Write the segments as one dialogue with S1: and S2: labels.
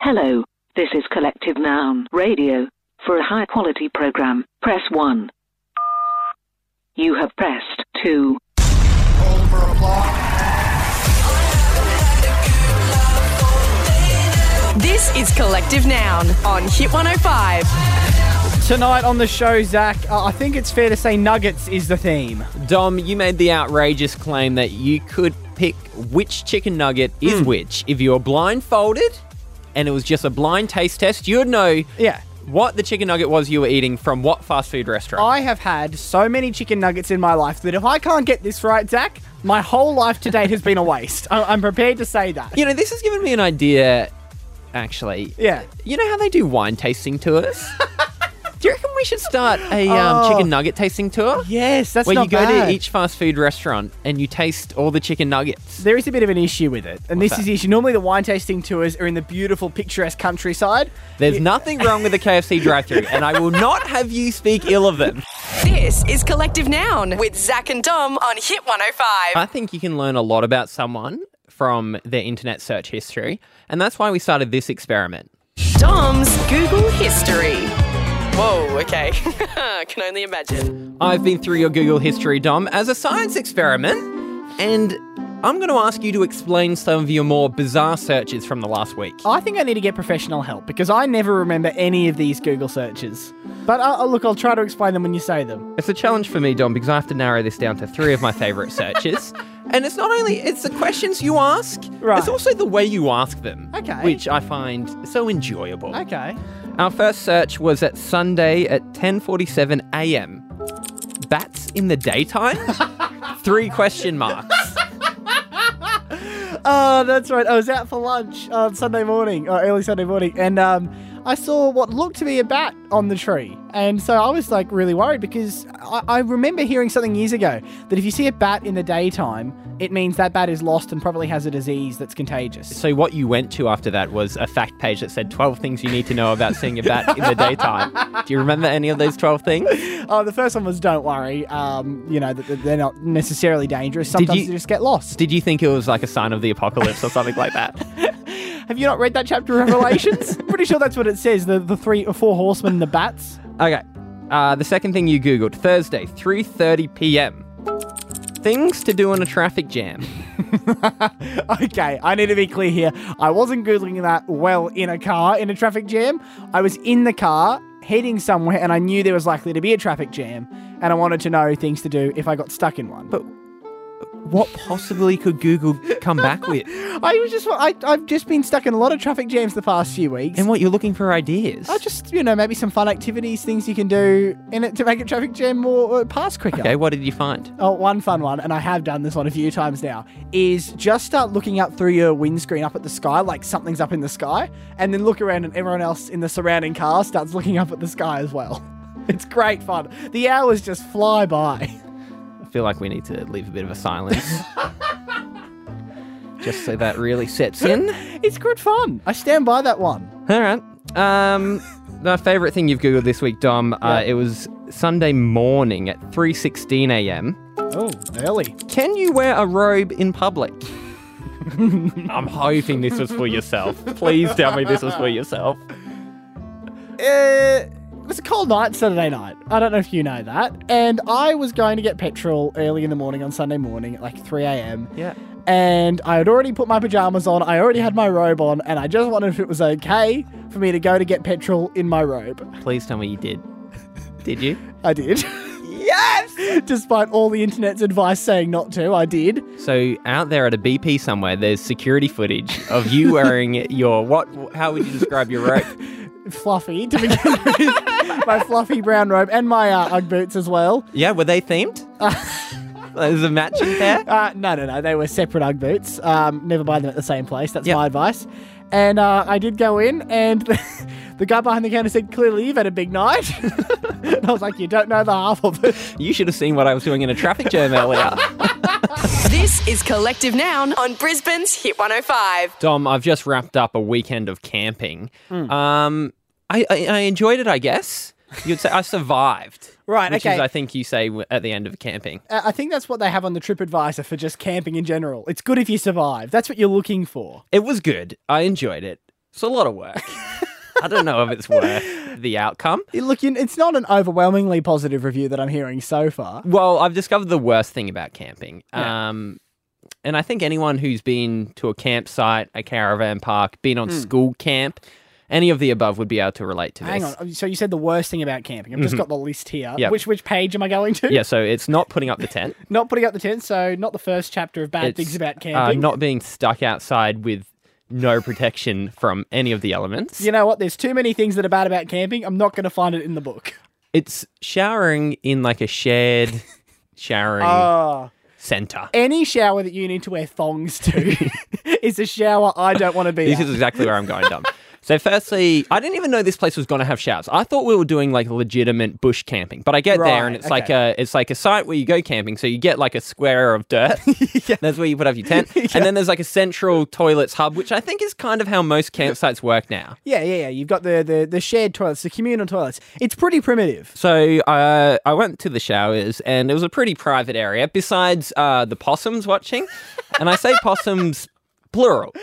S1: Hello, this is Collective Noun Radio. For a high quality program, press 1. You have pressed 2.
S2: This is Collective Noun on Hit 105.
S3: Tonight on the show, Zach, uh, I think it's fair to say nuggets is the theme.
S4: Dom, you made the outrageous claim that you could pick which chicken nugget is
S3: Hmm.
S4: which. If you were blindfolded and it was just a blind taste test, you would know
S3: Yeah.
S4: what the chicken nugget was you were eating from what fast food restaurant.
S3: I have had so many chicken nuggets in my life that if I can't get this right, Zach, my whole life to date has been a waste. I- I'm prepared to say that.
S4: you know, this has given me an idea, actually.
S3: Yeah.
S4: You know how they do wine tasting tours? do you reckon we should start a
S3: Oh.
S4: um, chicken nugget tasting tour?
S3: Yes, that's
S4: Where
S3: not
S4: you go
S3: bad.
S4: to each fast food restaurant and you taste all the chicken nuggets.
S3: There is a bit of an issue with it, and this
S4: that?
S3: is the issue. Normally, the wine tasting tours are in the beautiful, picturesque countryside.
S4: There's nothing wrong with the KFC drive through and I will not have you speak ill of them.
S2: This is Collective Noun with Zach and Dom on Hit 105.
S4: I think you can learn a lot about someone from their internet search history, and that's why we started this experiment.
S2: Dom's Google History. Whoa, okay. Can only imagine.
S4: I've been through your Google history, Dom, as a science experiment, and I'm going to ask you to explain some of your more bizarre searches from the last week.
S3: I think I need to get professional help because I never remember any of these Google searches. But uh, uh, look, I'll try to explain them when you say them.
S4: It's a challenge for me, Dom, because I have to narrow this down to three of my favorite searches. And it's not only it's the questions you ask,
S3: Right.
S4: it's also the way you ask them,
S3: Okay.
S4: which I find so enjoyable.
S3: Okay.
S4: Our first search was at Sunday at 10:47 a.m. Bats in the daytime? Three question marks.
S3: Oh, that's right. I was out for lunch on Sunday morning, or early Sunday morning, and um, I saw what looked to be a bat on the tree. And so I was like really worried because I, I remember hearing something years ago that if you see a bat in the daytime, it means that bat is lost and probably has a disease that's contagious.
S4: So what you went to after that was a fact page that said 12 things you need to know about seeing a bat in the daytime. Do you remember any of those 12 things?
S3: Oh, the first one was don't worry. Um, you know that that they're not necessarily dangerous. Sometimes
S4: you-
S3: they just get lost.
S4: Did you think it was like a sign of the apocalypse or something like that?
S3: Have you not read that chapter of Revelations? Pretty sure that's what it says. The the three or four horsemen and the bats.
S4: Okay. Uh, the second thing you googled Thursday, 3:30 p.m. Things to do in a traffic jam.
S3: Okay, I need to be clear here. I wasn't googling that well in a car in a traffic jam. I was in the car heading somewhere and I knew there was likely to be a traffic jam and I wanted to know things to do if I got stuck in one. But
S4: But what possibly could Google come back with?
S3: I was just I I've just been stuck in a lot of traffic jams the past few weeks.
S4: And what you're looking for ideas?
S3: I just, you know, maybe some fun activities, things you can do in it to make a traffic jam more uh, pass quicker.
S4: Okay, what did you find?
S3: Oh, one fun one, and I have done this one a few times now, is just start looking up through your windscreen up at the sky, like something's up in the sky, and then look around and everyone else in the surrounding car starts looking up at the sky as well. It's great fun. The hours just fly by.
S4: I feel like we need to leave a bit of a silence. Just so that really sets in.
S3: It's good fun. I stand by that one.
S4: All right. Um, my favorite thing you've googled this week, Dom. Uh, it was Sunday morning at 3:16 a.m.
S3: Oh, early.
S4: Can you wear a robe in public? I'm hoping this was for yourself. Please tell me this was for yourself.
S3: Uh, it was a cold night Saturday night. I don't know if you know that. And I was going to get petrol early in the morning on Sunday morning at like 3 a.m.
S4: Yeah.
S3: and I had already put my pajamas on, I already had my robe on, and I just wondered if it was okay for me to go to get petrol in my robe.
S4: Please tell me you did. Did you?
S3: I did. yes! Despite all the internet's advice saying not to, I did.
S4: So out there at a BP somewhere, there's security footage of you wearing your what? How would you describe your rope?
S3: Fluffy to begin with. my fluffy brown robe and my uh, Ugg boots as well.
S4: Yeah, were they themed? there's a matching pair.
S3: Uh, no, no, no. They were separate Ugg boots. Um, never buy them at the same place. That's
S4: Yep.
S3: my advice. And uh, I did go in, and the guy behind the counter said, Clearly, you've had a big night. and I was like, You don't know the half of it.
S4: You should have seen what I was doing in a traffic jam earlier.
S2: This is Collective Noun on Brisbane's Hit 105.
S4: Dom, I've just wrapped up a weekend of camping.
S3: Hmm.
S4: Um, I, I, I enjoyed it, I guess. You'd say I survived.
S3: Right,
S4: Which
S3: okay.
S4: is, I think you say w- at the end of camping.
S3: Uh, I think that's what they have on the TripAdvisor for just camping in general. It's good if you survive. That's what you're looking for.
S4: It was good. I enjoyed it. It's a lot of work. I don't know if it's worth the outcome.
S3: Look, you- it's not an overwhelmingly positive review that I'm hearing so far.
S4: Well, I've discovered the worst thing about camping. Um, and I think anyone who's been to a campsite, a caravan park, been
S3: Hmm.
S4: on school camp, any of the above would be able to relate to this.
S3: Hang on. So you said the worst thing about camping. I've just got the list here.
S4: Yep.
S3: Which which page am I going to?
S4: Yeah, so it's not putting up the tent.
S3: Not putting up the tent. So not the first chapter of bad
S4: It's
S3: things about camping.
S4: uh, not being stuck outside with no protection from any of the elements.
S3: You know what? There's too many things that are bad about camping. I'm not going to find it in the book.
S4: It's showering in like a shared showering
S3: Ah.
S4: center.
S3: any shower that you need to wear thongs to is a shower I don't want to be
S4: This
S3: at.
S4: is exactly where I'm going, dumb. So, firstly, I didn't even know this place was going to have showers. I thought we were doing like legitimate bush camping, but I get there
S3: Right,
S4: and it's like a it's like a site where you go camping. So you get like a square of dirt. That's where you put up your tent, and then there's like a central toilets hub, which I think is kind of how most campsites work now.
S3: Yeah, yeah, yeah. You've got the, the, the shared toilets, the communal toilets. It's pretty primitive.
S4: So uh, I went to the showers, and it was a pretty private area. Besides uh, the possums watching, and I say possums plural.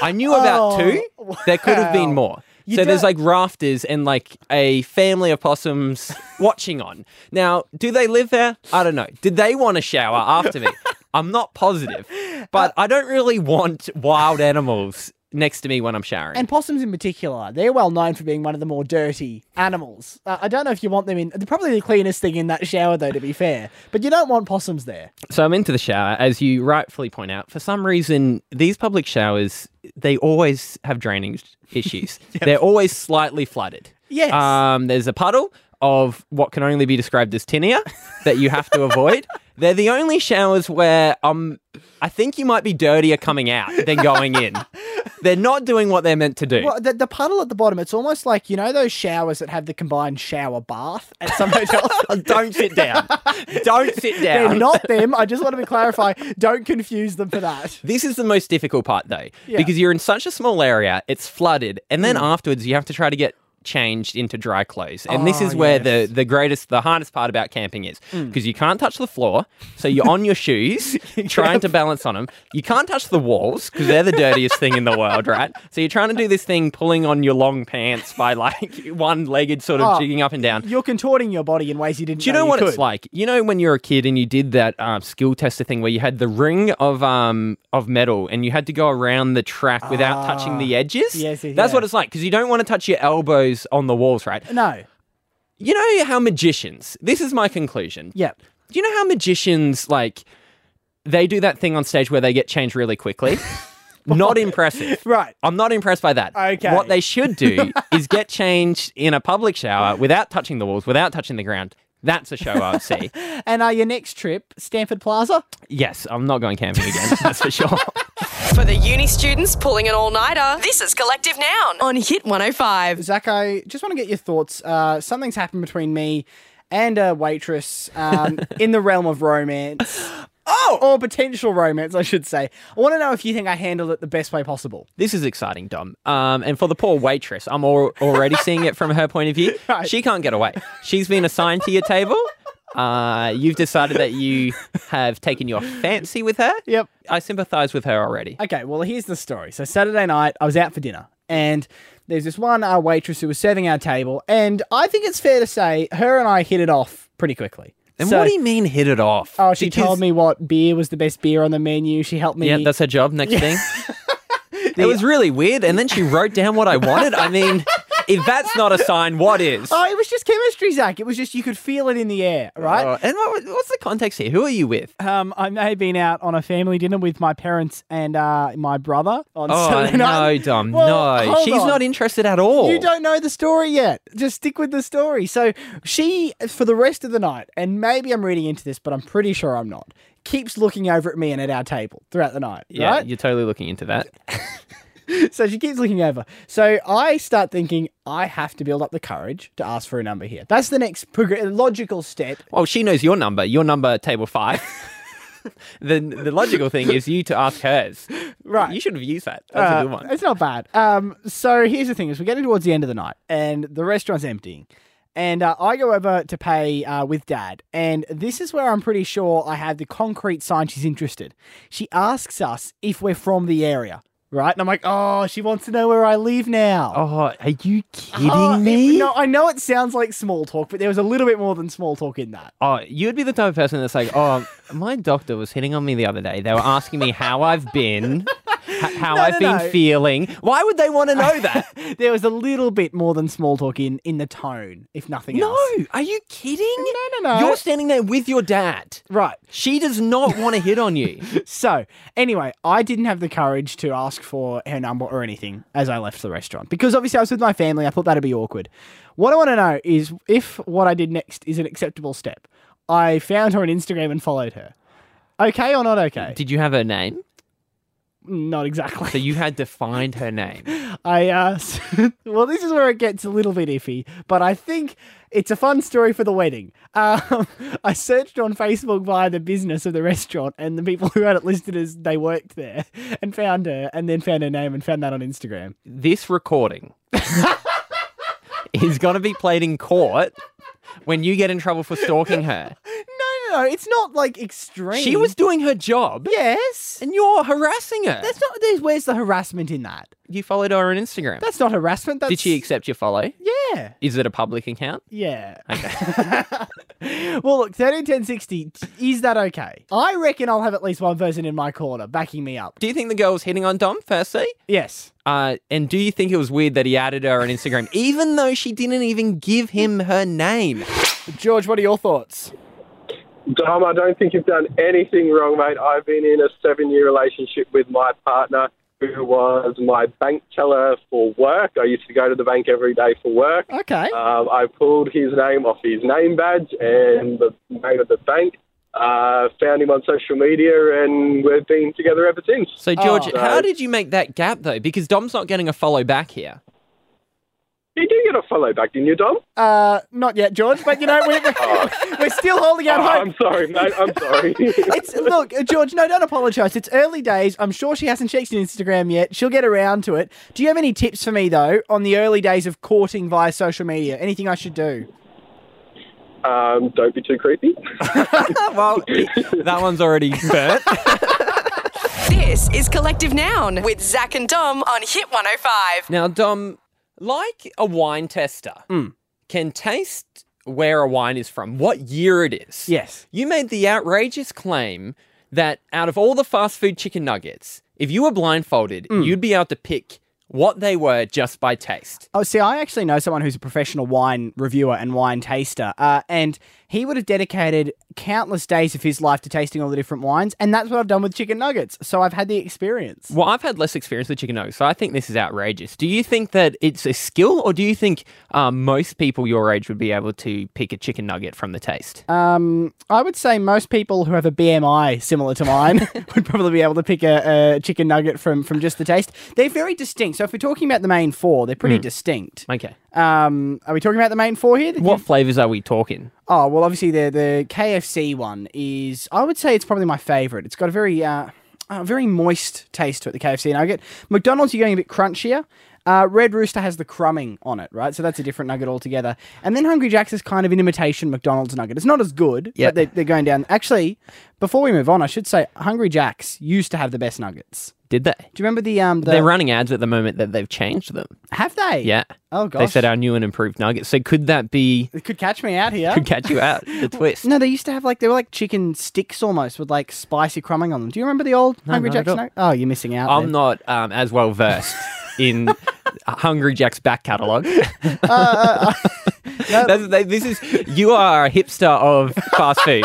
S4: I knew about
S3: Oh,
S4: two. There could have been
S3: wow.
S4: more.
S3: You
S4: so there's
S3: don't-
S4: like rafters and like a family of possums watching on. Now, do they live there? I don't know. Did they want to shower after me? I'm not positive, but
S3: Uh,
S4: I don't really want wild animals next to me when I'm showering.
S3: And possums in particular, they're well known for being one of the more dirty animals. Uh, I don't know if you want them in. They're probably the cleanest thing in that shower, though, to be fair. But you don't want possums there.
S4: So I'm into the shower, as you rightfully point out. For some reason, these public showers they always have drainage issues. They're always slightly flooded.
S3: Yes.
S4: Um, there's a puddle of what can only be described as tinea that you have to avoid. They're the only showers where um, I think you might be dirtier coming out than going in. They're not doing what they're meant to do.
S3: Well, the, the puddle at the bottom, it's almost like, you know, those showers that have the combined shower bath at some hotels?
S4: Don't sit down. Don't sit down.
S3: They're not them. I just want to be clarify. Don't confuse them for that.
S4: This is the most difficult part though,
S3: Yeah. Mm.
S4: because you're in such a small area, it's flooded, and then afterwards you have to try to get changed into dry clothes. And this
S3: Oh,
S4: is where
S3: yes. Mm.
S4: the the greatest the hardest part about camping is because you can't touch the floor, so you're on your shoes trying to balance on them. You can't touch the walls because they're the dirtiest thing in the world, right? So you're trying to do this thing pulling on your long pants by like one-legged sort of
S3: Oh.
S4: jigging up and down.
S3: You're contorting your body in ways you didn't.
S4: Do you know
S3: you
S4: what
S3: could.
S4: it's like? You know when you're a kid and you did that um, skill tester thing where you had the ring of um of metal and you had to go around the track without touching the edges.
S3: Ah, Yes, yes,
S4: that's
S3: yeah.
S4: what it's like because you don't want to touch your elbows on the walls, right?
S3: No.
S4: You know how magicians. This is my conclusion.
S3: Yeah.
S4: Do you know how magicians like they do that thing on stage where they get changed really quickly? Not impressive.
S3: Right.
S4: I'm not impressed by that.
S3: Okay.
S4: What they should do is get changed in a public shower without touching the walls, without touching the ground. That's a show I would see.
S3: And uh, your next trip, Stanford Plaza.
S4: Yes, I'm not going camping again, that's for sure.
S2: For the uni students pulling an all nighter, this is Collective Noun on Hit 105.
S3: Zach, I just want to get your thoughts. Uh, something's happened between me and a waitress um, in the realm of romance. Oh, or potential romance, I should say. I want to know if you think I handled it the best way possible.
S4: This is exciting, Dom. Um, and for the poor waitress, I'm al- already seeing it from her point of view.
S3: Right.
S4: She can't get away. She's been assigned to your table. Uh, you've decided that you have taken your fancy with her.
S3: Yep.
S4: I sympathise with her already.
S3: Okay, well, here's the story. So, Saturday night, I was out for dinner, and there's this one uh, waitress who was serving our table, and I think it's fair to say her and I hit it off pretty quickly.
S4: And
S3: So-
S4: what do you mean hit it off?
S3: Oh, she
S4: Because-
S3: told me what beer was the best beer on the menu. She helped me.
S4: Yeah, that's her job. Next thing. It was really weird. And then she wrote down what I wanted. I mean, if that's not a sign, what is?
S3: Oh, it was just chemistry, Zach. It was just you could feel it in the air, right?
S4: Oh, and what, what's the context here? Who are you with?
S3: Um, I may have been out on a family dinner with my parents and uh, my brother on
S4: Oh
S3: Saturday
S4: no,
S3: night.
S4: Dom,
S3: Well,
S4: no.
S3: hold
S4: She's
S3: on.
S4: not interested at all.
S3: You don't know the story yet. Just stick with the story. So she, for the rest of the night, and maybe I'm reading into this, but I'm pretty sure I'm not, keeps looking over at me and at our table throughout the night.
S4: Yeah,
S3: right?
S4: you're totally looking into that.
S3: So she keeps looking over. So I start thinking, I have to build up the courage to ask for a number here. That's the next prog- logical step.
S4: Well, she knows your number. Your number, table five. the the logical thing is you to ask hers.
S3: Right.
S4: You should have used that. That's a
S3: Uh,
S4: good one.
S3: It's not bad. Um, so here's the thing: is we're getting towards the end of the night, and the restaurant's emptying, and uh, I go over to pay uh, with Dad, and this is where I'm pretty sure I have the concrete sign she's interested. She asks us if we're from the area. right? And I'm like, oh, she wants to know where I live now.
S4: Oh, are you kidding
S3: Oh, it-
S4: me?
S3: no, I know it sounds like small talk, but there was a little bit more than small talk in that.
S4: Oh, you'd be the type of person that's like, oh, my doctor was hitting on me the other day. They were asking me how I've been, h- how
S3: No,
S4: I've
S3: no,
S4: been
S3: no.
S4: feeling. Why would they want to know that?
S3: There was a little bit more than small talk in in the tone, if nothing
S4: no,
S3: else.
S4: are you kidding?
S3: No, no, no.
S4: You're standing there with your dad.
S3: Right.
S4: She does not want to hit on you.
S3: So, anyway, I didn't have the courage to ask for her number or anything as I left the restaurant because obviously I was with my family. I thought that'd be awkward. What I want to know is if what I did next is an acceptable step. I found her on Instagram and followed her. Okay or not okay?
S4: Did you have her name?
S3: Not exactly.
S4: So you had to find her name.
S3: I uh, s- well, this is where it gets a little bit iffy, but I think it's a fun story for the wedding. Um, I searched on Facebook via the business of the restaurant and the people who had it listed as they worked there, and found her, and then found her name and found that on Instagram.
S4: This recording is going to be played in court when you get in trouble for stalking her.
S3: No, no, no, it's not like extreme.
S4: She was doing her job.
S3: yes.
S4: And you're harassing her.
S3: That's not. There's, where's the harassment in that?
S4: You followed her on Instagram.
S3: That's not harassment. That's
S4: Did she accept your follow?
S3: Yeah.
S4: Is it a public account?
S3: Yeah. well, look, 131060, is that okay? I reckon I'll have at least one person in my corner backing me up.
S4: Do you think the girl was hitting on Dom, firstly?
S3: Yes.
S4: Uh, and do you think it was weird that he added her on Instagram, even though she didn't even give him her name?
S3: George, what are your thoughts?
S5: Dom, I don't think you've done anything wrong, mate. I've been in a seven year relationship with my partner who was my bank teller for work. I used to go to the bank every day for work.
S3: Okay.
S5: Um, I pulled his name off his name badge and the name of the bank. Uh, found him on social media, and we've been together ever since.
S4: So, George,
S5: Oh.
S4: how did you make that gap, though? Because Dom's not getting a follow back here.
S5: You do get a follow back, didn't you, Dom?
S3: Uh, not yet, George, but you know, we're, we're, we're still holding out
S5: Oh,
S3: hope.
S5: I'm sorry, mate. I'm sorry.
S3: It's, look, uh, George, no, don't apologise. It's early days. I'm sure she hasn't checked Instagram yet. She'll get around to it. Do you have any tips for me, though, on the early days of courting via social media? Anything I should do?
S5: um, don't be too creepy.
S4: well, that one's already burnt.
S2: This is Collective Noun with Zach and Dom on Hit 105.
S4: Now, Dom, like a wine tester, can taste where a wine is from, what year it is.
S3: Yes.
S4: You made the outrageous claim that out of all the fast food chicken nuggets, if you were blindfolded, you'd be able to pick what they were just by taste.
S3: Oh, see, I actually know someone who's a professional wine reviewer and wine taster, uh, and he would have dedicated countless days of his life to tasting all the different wines, and that's what I've done with chicken nuggets. So I've had the experience.
S4: Well, I've had less experience with chicken nuggets, so I think this is outrageous. Do you think that it's a skill, or do you think um, most people your age would be able to pick a chicken nugget from the taste?
S3: Um, I would say most people who have a BMI similar to mine would probably be able to pick a, a chicken nugget from from just the taste. They're very distinct. So if we're talking about the main four, they're pretty distinct.
S4: okay.
S3: Um, are we talking about the main four here?
S4: What flavors are we talking?
S3: Oh well, obviously the the KFC one is. I would say it's probably my favorite. It's got a very uh, a very moist taste to it. The KFC nugget. McDonald's, you're getting a bit crunchier. Uh, Red Rooster has the crumbing on it, right? So that's a different nugget altogether. And then Hungry Jack's is kind of an imitation McDonald's nugget. It's not as good,
S4: Yeah.
S3: but they're, they're going down. Actually, before we move on, I should say Hungry Jack's used to have the best nuggets.
S4: Did they?
S3: Do you remember the um? The,
S4: They're running ads at the moment that they've changed them.
S3: have they?
S4: Yeah.
S3: Oh
S4: They
S3: gosh.
S4: said our new and improved nuggets. So could that be
S3: it could catch me out here.
S4: could catch you out? The twist.
S3: No, they used to have like they were like chicken sticks almost with like spicy crumbing on them. Do you remember the old Hungry
S4: not at
S3: Jack's?
S4: all.
S3: No? Oh, you're missing out.
S4: I'm
S3: then.
S4: not um, as well versed in Hungry Jack's back catalogue.
S3: Uh,
S4: That's- they- this is you are a hipster of fast food.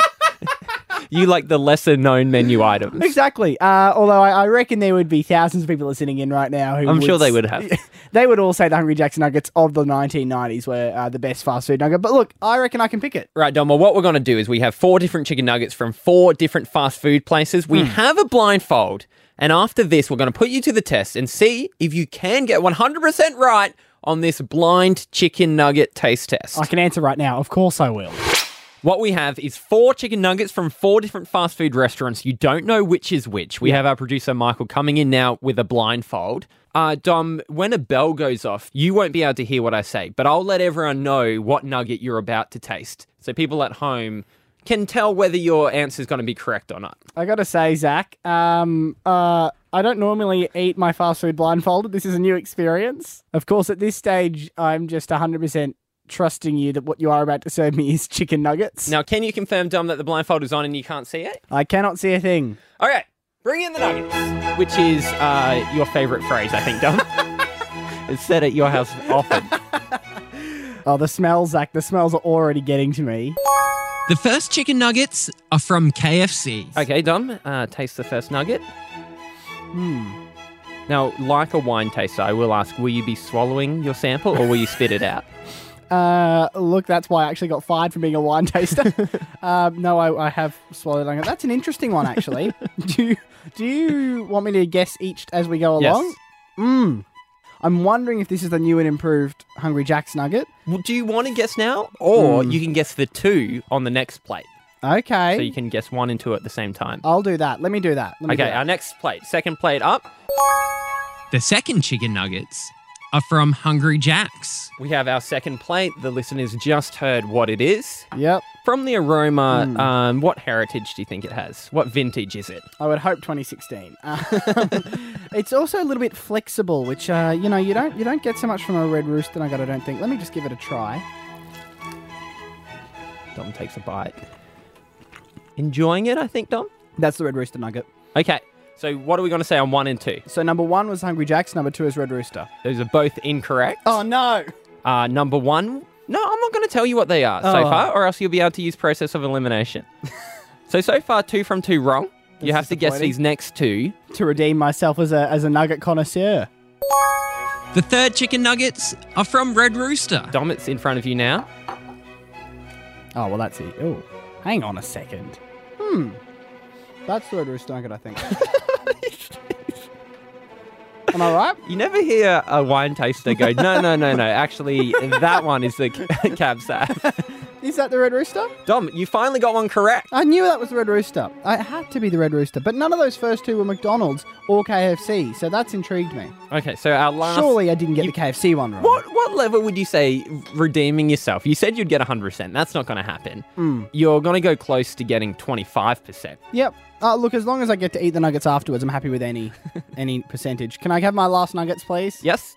S4: you like the lesser known menu items.
S3: Exactly. Uh, although I, I reckon there would be thousands of people listening in right now who
S4: I'm sure they
S3: s-
S4: would have.
S3: They would all say the Hungry Jack's nuggets of the 1990s were uh, the best fast food nugget. But look, I reckon I can pick it.
S4: Right, Dom. Well, what we're going to do is we have four different chicken nuggets from four different fast food places. We have a blindfold, and after this, we're going to put you to the test and see if you can get 100% right on this blind chicken nugget taste test.
S3: I can answer right now. Of course I will.
S4: What we have is four chicken nuggets from four different fast food restaurants. You don't know which is which. We have our producer Michael coming in now with a blindfold. Uh, Dom, when a bell goes off, you won't be able to hear what I say, but I'll let everyone know what nugget you're about to taste. So people at home can tell whether your answer is going to be correct or not.
S3: I gotta say, Zach, um, uh, I don't normally eat my fast food blindfolded. This is a new experience. Of course, at this stage, I'm just 100% trusting you that what you are about to serve me is chicken nuggets.
S4: Now, can you confirm, Dom, that the blindfold is on and you can't see it?
S3: I cannot see a thing.
S4: All right, bring in the nuggets, which is uh, your favourite phrase, I think, Dom. it's said at your house often.
S3: Oh, the smells, Zach. The smells are already getting to me.
S6: The first chicken nuggets are from KFC.
S4: Okay, Dom, uh, taste the first nugget. Hmm. Now, like a wine taster, I will ask, will you be swallowing your sample or will you spit it out?
S3: Uh, look, that's why I actually got fired from being a wine taster. um, no, I, I have swallowed lango. That's an interesting one, actually. do you, Do you want me to guess each as we go
S4: Yes.
S3: along? Mm. I'm wondering if this is the new and improved Hungry Jack's nugget.
S4: Well, do you want to guess now? Or you can guess the two on the next plate.
S3: Okay,
S4: So you can guess one and two at the same time.
S3: I'll do that. Let me do that. Let me do
S4: Okay,
S3: that.
S4: our next plate, second plate up,
S6: The second chicken nuggets are from Hungry Jack's.
S4: we have our second plate. The listeners just heard what it is.
S3: Yep.
S4: From the aroma,
S3: Hmm.
S4: um, what heritage do you think it has? What vintage is it?
S3: I would hope 2016. Uh, it's also a little bit flexible, which uh, you know you don't you don't get so much from a red rooster nugget. I don't think. Let me just give it a try.
S4: Dom takes a bite. Enjoying it, I think, Dom?
S3: That's the red rooster nugget.
S4: Okay, so what are we going to say on one and two?
S3: So number one was Hungry Jack's. Number two is Red Rooster.
S4: Those are both incorrect.
S3: Oh no!
S4: Uh, number one, no, I'm not going to tell you what they are so
S3: Oh.
S4: far, or else you'll be able to use process of elimination. so, so far, two from two wrong.
S3: That's
S4: you have to guess
S3: disappointing.
S4: these next two.
S3: To redeem myself as a as a nugget connoisseur.
S6: The third chicken nuggets are from Red Rooster.
S4: Dom, it's in front of you now.
S3: Oh well, that's it. Oh, hang on a second. Hmm, that's the Red Rooster nugget, I think. Am I right?
S4: You never hear a wine taster go, no, no, no, no. Actually, that one is the cab sack.
S3: Is that the Red Rooster?
S4: Dom, you finally got one correct.
S3: I knew that was the Red Rooster. It had to be the Red Rooster, but none of those first two were McDonald's or KFC, so that's intrigued me.
S4: Okay, so our last.
S3: Surely I didn't get the KFC one wrong.
S4: What what level would you say redeeming yourself? You said you'd get 100%. That's not going to happen.
S3: Hmm.
S4: You're going to go close to getting 25%.
S3: Yep. Uh, look, as long as I get to eat the nuggets afterwards, I'm happy with any any percentage. Can I have my last nuggets, please?
S4: Yes?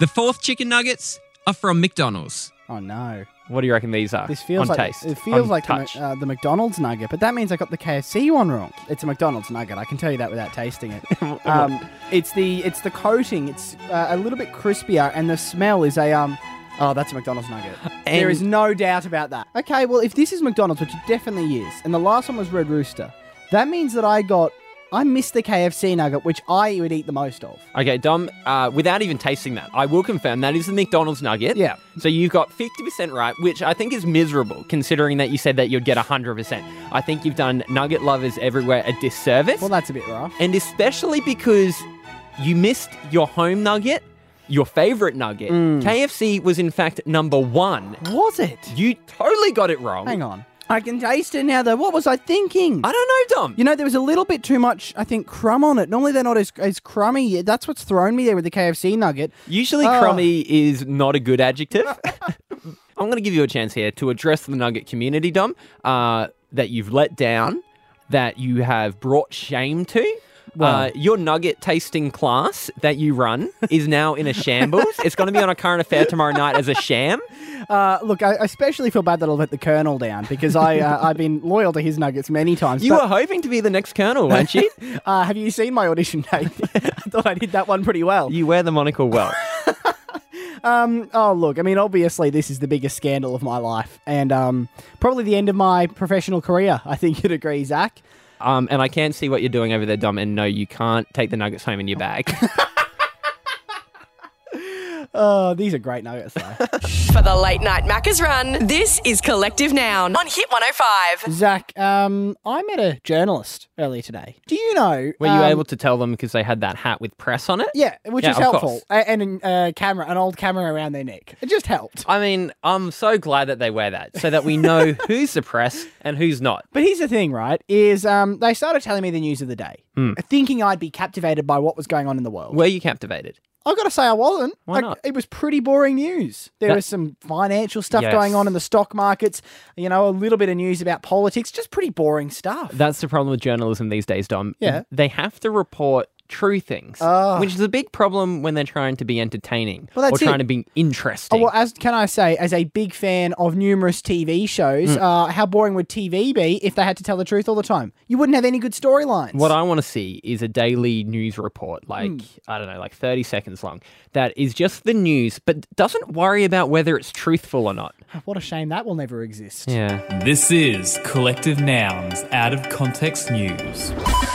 S6: The fourth chicken nuggets are from McDonald's.
S3: Oh no,
S4: What do you reckon these are?
S3: this feels
S4: on
S3: like
S4: taste.
S3: it feels
S4: on
S3: like the,
S4: touch.
S3: Mc- uh, the McDonald's nugget, but that means I got the KFC one wrong. It's a McDonald's nugget. I can tell you that without tasting it. um, it's the it's the coating. It's uh, a little bit crispier, and the smell is a um. Oh, that's a McDonald's nugget. there
S4: And-
S3: is no doubt about that. Okay, well, if this is McDonald's, which it definitely is, and the last one was Red Rooster, that means that I got I missed the KFC nugget, which I would eat the most of.
S4: Okay, Dom, uh, without even tasting that, I will confirm that is the McDonald's nugget.
S3: Yeah.
S4: So you've got 50% right, which I think is miserable considering that you said that you'd get 100%. I think you've done nugget lovers everywhere a disservice.
S3: Well, that's a bit rough.
S4: and especially because you missed your home nugget, your favorite nugget.
S3: Mm.
S4: KFC was in fact number one.
S3: Was it?
S4: You totally got it wrong.
S3: Hang on. I can taste it now, though. What was I thinking?
S4: I don't know, Dom.
S3: You know, there was a little bit too much, I think, crumb on it. Normally they're not as, as crummy. That's what's thrown me there with the KFC nugget.
S4: Usually,
S3: Oh.
S4: crummy is not a good adjective. I'm going to give you a chance here to address the Nugget community, Dom, uh, that you've let down, that you have brought shame to. uh, your nugget tasting class that you run is now in a shambles. it's going to be on a current affair tomorrow night as a sham.
S3: Uh, look, I I especially feel bad that I let the Colonel down because I, uh, I've been loyal to his nuggets many times.
S4: You
S3: but,
S4: were hoping to be the next colonel, weren't you?
S3: uh, have you seen my audition tape? I thought I did that one pretty well.
S4: you wear the monocle well.
S3: Um, oh, look, I mean, obviously, this is the biggest scandal of my life and um, probably the end of my professional career. I think you'd agree, Zach.
S4: Um, and I can see what you're doing over there, Dom. And no, you can't take the nuggets home in your bag.
S3: Oh, these are great nuggets, though.
S2: For the late night Macca's run, this is Collective Noun on Hit 105.
S3: Zach, um, I met a journalist earlier today. Do you know?
S4: Were you
S3: um,
S4: able to tell them because they had that hat with press on it?
S3: Yeah, which
S4: Yeah,
S3: is
S4: of
S3: helpful.
S4: course.
S3: A- And a uh, camera, an old camera around their neck. It just helped.
S4: I mean, I'm so glad that they wear that so that we know who's the press and who's not.
S3: But here's the thing, right? Is um,
S4: Hmm.
S3: they started telling me the news of the day, thinking I'd be captivated by what was going on in the world.
S4: Were you captivated?
S3: I've got to say, I wasn't.
S4: Why
S3: Like,
S4: not?
S3: It was pretty boring news. There
S4: That-
S3: was some financial stuff
S4: Yes.
S3: going on in the stock markets, you know, a little bit of news about politics, just pretty boring stuff.
S4: That's the problem with journalism these days, Dom.
S3: Yeah.
S4: They have to report true things,
S3: Ah.
S4: which is a big problem when they're trying to be entertaining
S3: Well,
S4: or
S3: that's it.
S4: trying to be
S3: Oh,
S4: interesting.
S3: well, as can I say, as a big fan of numerous TV shows,
S4: Hmm.
S3: uh, how boring would TV be if they had to tell the truth all the time? You wouldn't have any good storylines.
S4: What I want to see is a daily news report, like, I don't know, like 30 seconds long, that is just the news, but doesn't worry about whether it's truthful or not.
S3: what a shame that will never exist.
S4: Yeah.
S7: This is Collective Nouns Out of Context News.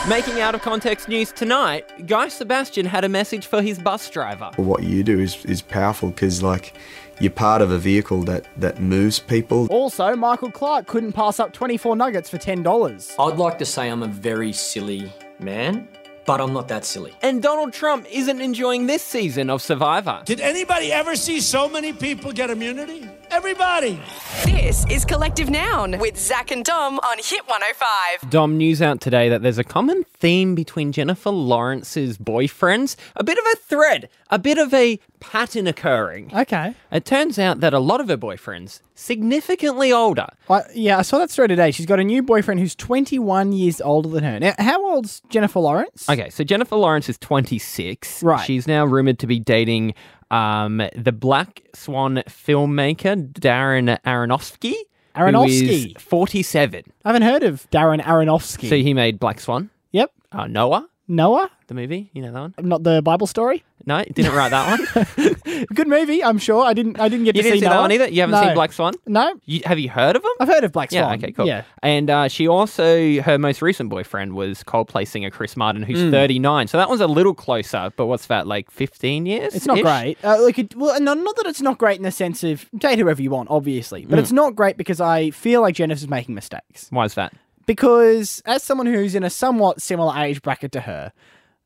S4: Making out of context news tonight, Guy Sebastian had a message for his bus driver.
S8: what you do is, is powerful because like you're part of a vehicle that, that moves people.
S3: Also, Michael Clark couldn't pass up 24 nuggets for $10.
S9: I'd like to say I'm a very silly man, but I'm not that silly.
S4: And Donald Trump isn't enjoying this season of Survivor.
S10: Did anybody ever see so many people get immunity? Everybody.
S2: This is Collective Noun with Zach and Dom on Hit 105.
S4: Dom news out today that there's a common theme between Jennifer Lawrence's boyfriends, a bit of a thread, a bit of a pattern occurring.
S3: Okay.
S4: It turns out that a lot of her boyfriends significantly older.
S3: I, yeah, I saw that story today. She's got a new boyfriend who's 21 years older than her. Now, how old's Jennifer Lawrence?
S4: Okay, so Jennifer Lawrence is 26.
S3: Right.
S4: She's now rumored to be dating um, the Black Swan filmmaker Darren Aronofsky. Who
S3: Aronofsky.
S4: is 47.
S3: I haven't heard of Darren Aronofsky.
S4: So he made Black Swan,
S3: yep.
S4: uh, Noah,
S3: Noah?
S4: the movie. You know that one?
S3: Not the Bible story?
S4: No, didn't write that one.
S3: Good movie, I'm sure. I didn't I didn't get
S4: you
S3: to
S4: didn't see,
S3: see
S4: that
S3: Noah.
S4: one either. You haven't
S3: No.
S4: seen Black Swan?
S3: No.
S4: You, have you heard of him?
S3: I've heard of Black Swan.
S4: Yeah, okay, cool.
S3: Yeah.
S4: And uh, she also, her most recent boyfriend was Coldplay singer Chris Martin, who's
S3: Hmm.
S4: 39. So that one's a little closer, but what's that, like 15 years?
S3: It's not great. Uh, like, it, well, no, not that it's not great in the sense of date whoever you want, obviously,
S4: Hmm.
S3: but it's not great because I feel like Jennifer's making mistakes.
S4: Why's that?
S3: Because as someone who's in a somewhat similar age bracket to her,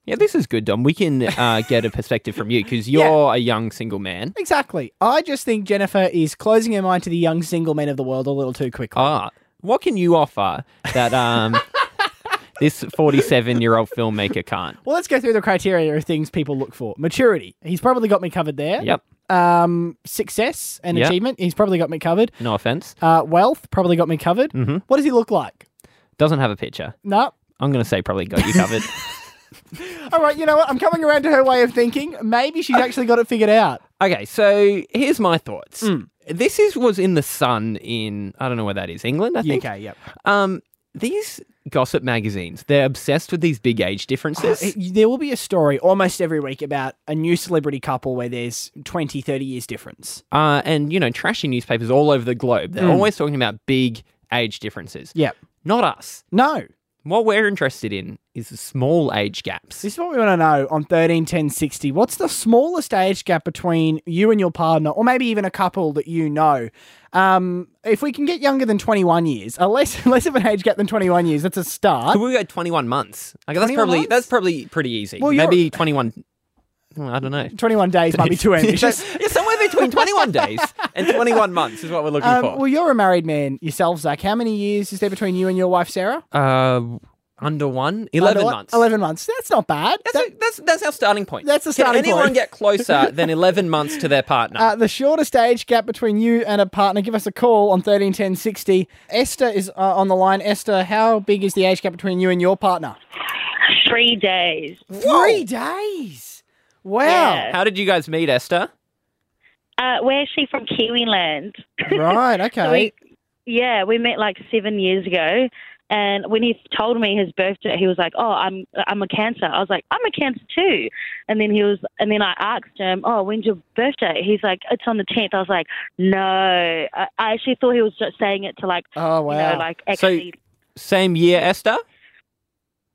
S4: Yeah, this is good, Dom. We can uh, get a perspective from you because you're a young single man.
S3: exactly, I just think Jennifer is closing her mind to the young single men of the world a little too quickly.
S4: Ah, what can you offer that um, this 47 year old filmmaker can't?
S3: well, let's go through the criteria of things people look for. Maturity. He's probably got me covered there.
S4: Yep.
S3: Um, success and
S4: Yep.
S3: achievement. He's probably got me covered.
S4: No offense.
S3: Uh, wealth. Probably got me covered. What does he look like?
S4: Doesn't have a picture.
S3: No.
S4: I'm going to say probably got you covered.
S3: All right, you know what? I'm coming around to her way of thinking. Maybe she's actually got it figured out.
S4: Okay, so here's my thoughts.
S3: Hmm.
S4: This is was in the Sun in I don't know where that is England I think.
S3: Okay, yep.
S4: Um, these gossip magazines they're obsessed with these big age differences.
S3: Oh, It- there will be a story almost every week about a new celebrity couple where there's 20, 30 years difference.
S4: uh, and you know trashy newspapers all over the globe
S3: Hmm.
S4: they're always talking about big age differences.
S3: Yep.
S4: Not us.
S3: No.
S4: What we're interested in is the small age gaps.
S3: This is what we want to know on 13, 10, 60. What's the smallest age gap between you and your partner, or maybe even a couple that you know? Um, if we can get younger than 21 years, a less, less of an age gap than 21 years, that's a start.
S4: Could we go 21 months? Like, that's
S3: 21
S4: probably
S3: months?
S4: that's probably pretty easy.
S3: Well, you're-
S4: Maybe 21 well, I don't know.
S3: 21 days might be too ambitious.
S4: yeah, somewhere between 21 days and 21 months is what we're looking
S3: Um,
S4: for.
S3: well, you're a married man yourself, Zach. How many years is there between you and your wife, Sarah?
S4: Uh, under one, 11
S3: Under what?
S4: months.
S3: 11 months. That's not bad.
S4: That's,
S3: That-
S4: a- that's, that's our starting point.
S3: That's the starting
S4: Can anyone
S3: point.
S4: get closer than 11 months to their partner?
S3: uh, the shortest age gap between you and a partner, give us a call on 131060. Esther is uh, on the line. Esther, how big is the age gap between you and your partner?
S11: Three days.
S3: Three days. Wow.
S11: Yeah.
S4: How did you guys meet, Esther?
S11: Uh, we're actually from Kiwiland.
S3: Right,
S11: So
S3: okay.
S11: we, yeah, we met like seven years ago. And when he told me his birthday, he was like, "Oh, I'm I'm a cancer." I was like, "I'm a cancer too." And then he was, and then I asked him, "Oh, when's your birthday?" He's like, "It's on the 10th." I was like, "No." I, I actually thought he was just saying it to like,
S3: oh,
S11: you know,
S3: wow.
S11: like
S4: So-
S11: actually,
S4: Same year, Esther?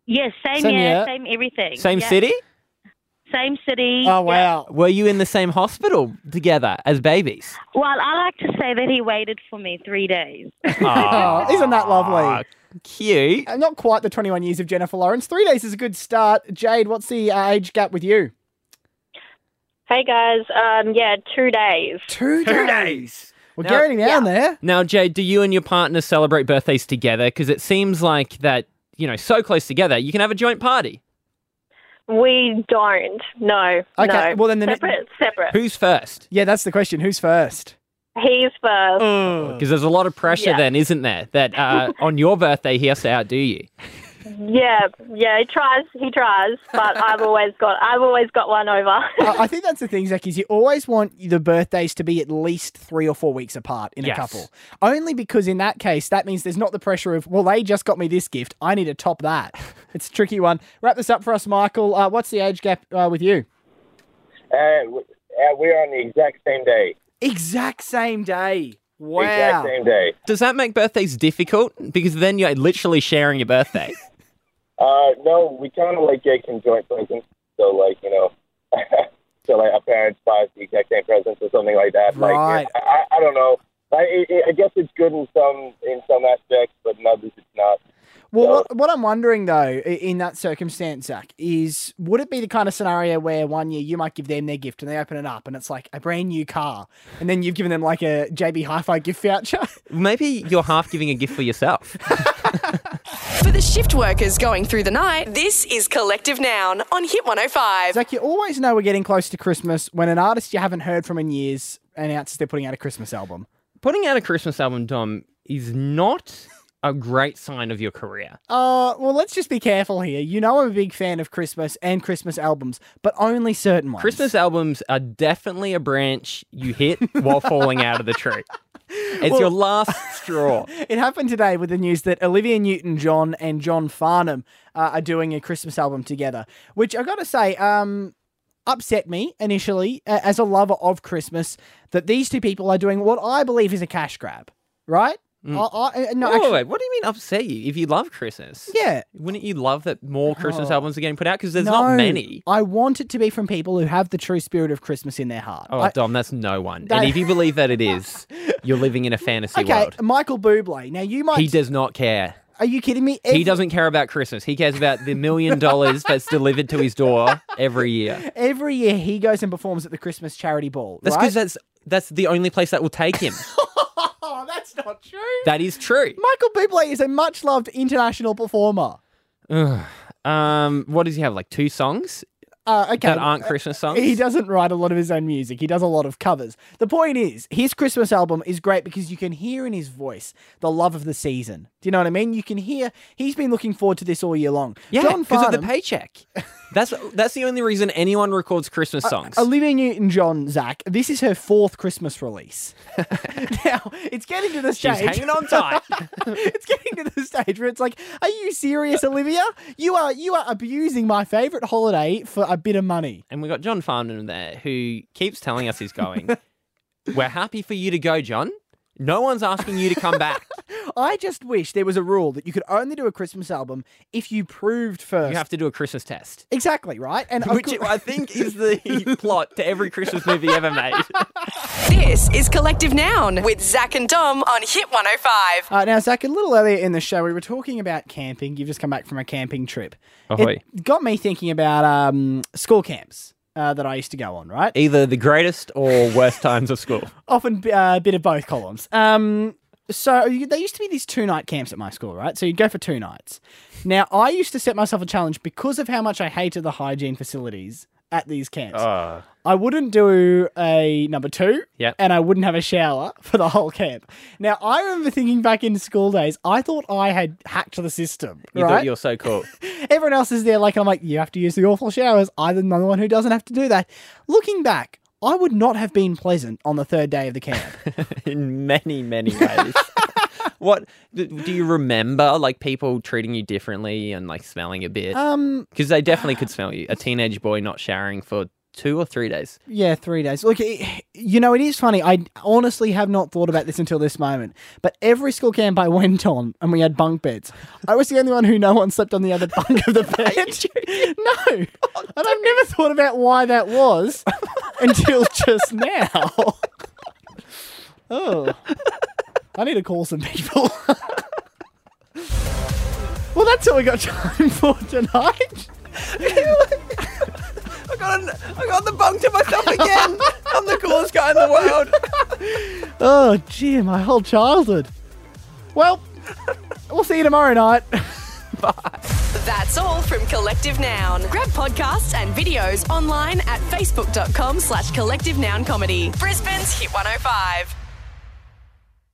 S11: yes, same,
S3: Same
S11: year,
S3: year.
S11: same everything,
S4: Same
S11: Yeah.
S4: city?
S11: same city. Yeah.
S3: oh, wow.
S4: Were you in the same hospital together as babies?
S11: Well, I like to say that he waited for me three days.
S4: Aw,
S3: Oh, isn't that lovely?
S4: cute.
S3: Uh, Not quite the 21 years of Jennifer Lawrence. Three days is a good start. Jade, what's the uh, age gap with you?
S11: Hey guys, um, yeah, two days.
S3: Two days. We're
S4: Now-
S3: getting down there.
S4: Now, Jade, do you and your partner celebrate birthdays together? Because it seems like that, you know, so close together, you can have a joint party.
S12: We don't. No.
S3: Okay,
S12: no.
S3: well, then the ne-
S12: separate. separate.
S4: Who's first?
S3: Yeah, that's the question. Who's first?
S12: He's first.
S3: Oh. Uh.
S4: Because there's a lot of pressure
S12: Yeah.
S4: then, isn't there? That uh, on your birthday he has to outdo you.
S12: Yeah, yeah. He tries. He tries, but I've always got. I've always got one over.
S3: I I think that's the thing, Zach, is you always want the birthdays to be at least three or four weeks apart in
S12: Yes.
S3: a couple. Only because in that case, that means there's not the pressure of, well, they just got me this gift. I need to top that. It's a tricky one. Wrap this up for us, Michael. Uh, what's the age gap uh, with you?
S13: And w- uh, we're on the exact same day.
S3: Exact same day. Wow.
S13: Exact same day.
S4: Does that make birthdays difficult? Because then you're literally sharing your birthday.
S13: Uh, no, we kind of like get conjoint presents. So like you know, so like our parents buy us the exact same presents or something like that.
S14: Right.
S13: Like I, I- I don't know. I, it, it- I guess it's good in some in some aspects, but in others it's not.
S3: Well, what, what I'm wondering though, i- in that circumstance, Zach, is would it be the kind of scenario where one year you might give them their gift and they open it up and it's like a brand new car, and then you've given them like a JB Hi-Fi gift voucher?
S4: Maybe you're half giving a gift for yourself.
S2: For the shift workers going through the night, this is Collective Noun on Hit 105.
S3: Zach, you always know we're getting close to Christmas when an artist you haven't heard from in years announces they're putting out a Christmas album.
S4: Putting out a Christmas album, Dom, is not a great sign of your career.
S3: Uh, well, let's just be careful here. You know I'm a big fan of Christmas and Christmas albums, but only certain ones.
S4: Christmas albums are definitely a branch you hit while falling out of the tree. It's your
S3: Well-
S4: last straw.
S3: It happened today with the news that Olivia Newton John and John Farnham uh, are doing a Christmas album together, which I gotta say, um, upset me initially uh, as a lover of Christmas that these two people are doing what I believe is a cash grab, right?
S4: Mm.
S3: I, I, no,
S4: Wait, wait,
S3: actually-
S4: wait, what do you mean upset you? If you love Christmas,
S3: Yeah.
S4: wouldn't you love that more Christmas
S3: Oh.
S4: albums are getting put out? Because there's not
S3: No,
S4: many.
S3: I want it to be from people who have the true spirit of Christmas in their heart.
S4: Oh,
S3: I-
S4: Dom, that's no one.
S3: That-
S4: And if you believe that it is, you're living in a fantasy
S3: okay,
S4: world.
S3: Michael Bublé. Now you might.
S4: He does not care.
S3: Are you kidding me?
S4: he doesn't care about Christmas. He cares about the million dollars that's delivered to his door every year.
S3: Every year he goes and performs at the Christmas charity ball.
S4: That's
S3: right?
S4: because that's that's the only place that will take him.
S3: Oh, that's not true.
S4: that is true.
S3: Michael Bublé is a much loved international performer.
S4: Ugh. um, what does he have? Like two songs
S3: Uh, okay.
S4: that aren't Christmas songs.
S3: He doesn't write a lot of his own music. He does a lot of covers. The point is, his Christmas album is great because you can hear in his voice the love of the season. Do you know what I mean? You can hear he's been looking forward to this all year long.
S4: Yeah,
S3: John
S4: 'cause of the
S3: Farnham-
S4: paycheck. That's that's the only reason anyone records Christmas songs.
S3: Uh, Olivia Newton John, Zach, this is her fourth Christmas release. now, it's getting to the
S4: She's
S3: stage.
S4: hanging on tight.
S3: it's getting to the stage where it's like, are you serious, Olivia? You are you are abusing my favourite holiday for a bit of money.
S4: and we got John Farnham there who keeps telling us he's going. We're happy for you to go, John. No one's asking you to come back.
S3: I just wish there was a rule that you could only do a Christmas album if you proved first.
S4: You have to do a Christmas test.
S3: Exactly, right? And of
S4: Which
S3: cour-
S4: I think is the plot to every Christmas movie ever made.
S2: This is Collective Noun with Zach and Dom on Hit 105.
S3: Uh, now, Zach, a little earlier in the show, we were talking about camping. You've just come back from a camping trip.
S4: Ahoy.
S3: It got me thinking about um, school camps uh, that I used to go on, right?
S4: Either the greatest or worst times of school.
S3: Often uh, a bit of both columns. Um, so you- there used to be these two night camps at my school, right? So you'd go for two nights. Now, I used to set myself a challenge because of how much I hated the hygiene facilities at these camps. I wouldn't do a number two,
S4: Ah. Yep.
S3: and I wouldn't have a shower for the whole camp. Now, I remember thinking back in school days, I thought I had hacked the system.
S4: You
S3: right?
S4: thought you were so cool.
S3: Everyone else is there, like, I'm like, you have to use the awful showers. I'm the one who doesn't have to do that. Looking back, I would not have been pleasant on the third day of the camp.
S4: in many, many ways. what d- do you remember? Like people treating you differently and like smelling a bit?
S3: Um,
S4: because they definitely could smell you. A teenage boy not showering for two or three days.
S3: Yeah, three days. Look, it, you know, it is funny. I honestly have not thought about this until this moment. But every school camp I went on, and we had bunk beds, I was the only one who no one slept on the other bunk of the bed. no. And I've never thought about why that was until just now. oh. I need to call some people. well, that's all we got time for tonight.
S4: I got, I got the bunk to myself again. I'm the coolest guy in the world.
S3: Oh, gee, my whole childhood. Well, we'll see you tomorrow night.
S2: That That's all from Collective Noun. Grab podcasts and videos online at facebook.com slash collective noun comedy. Brisbane's Hit 105.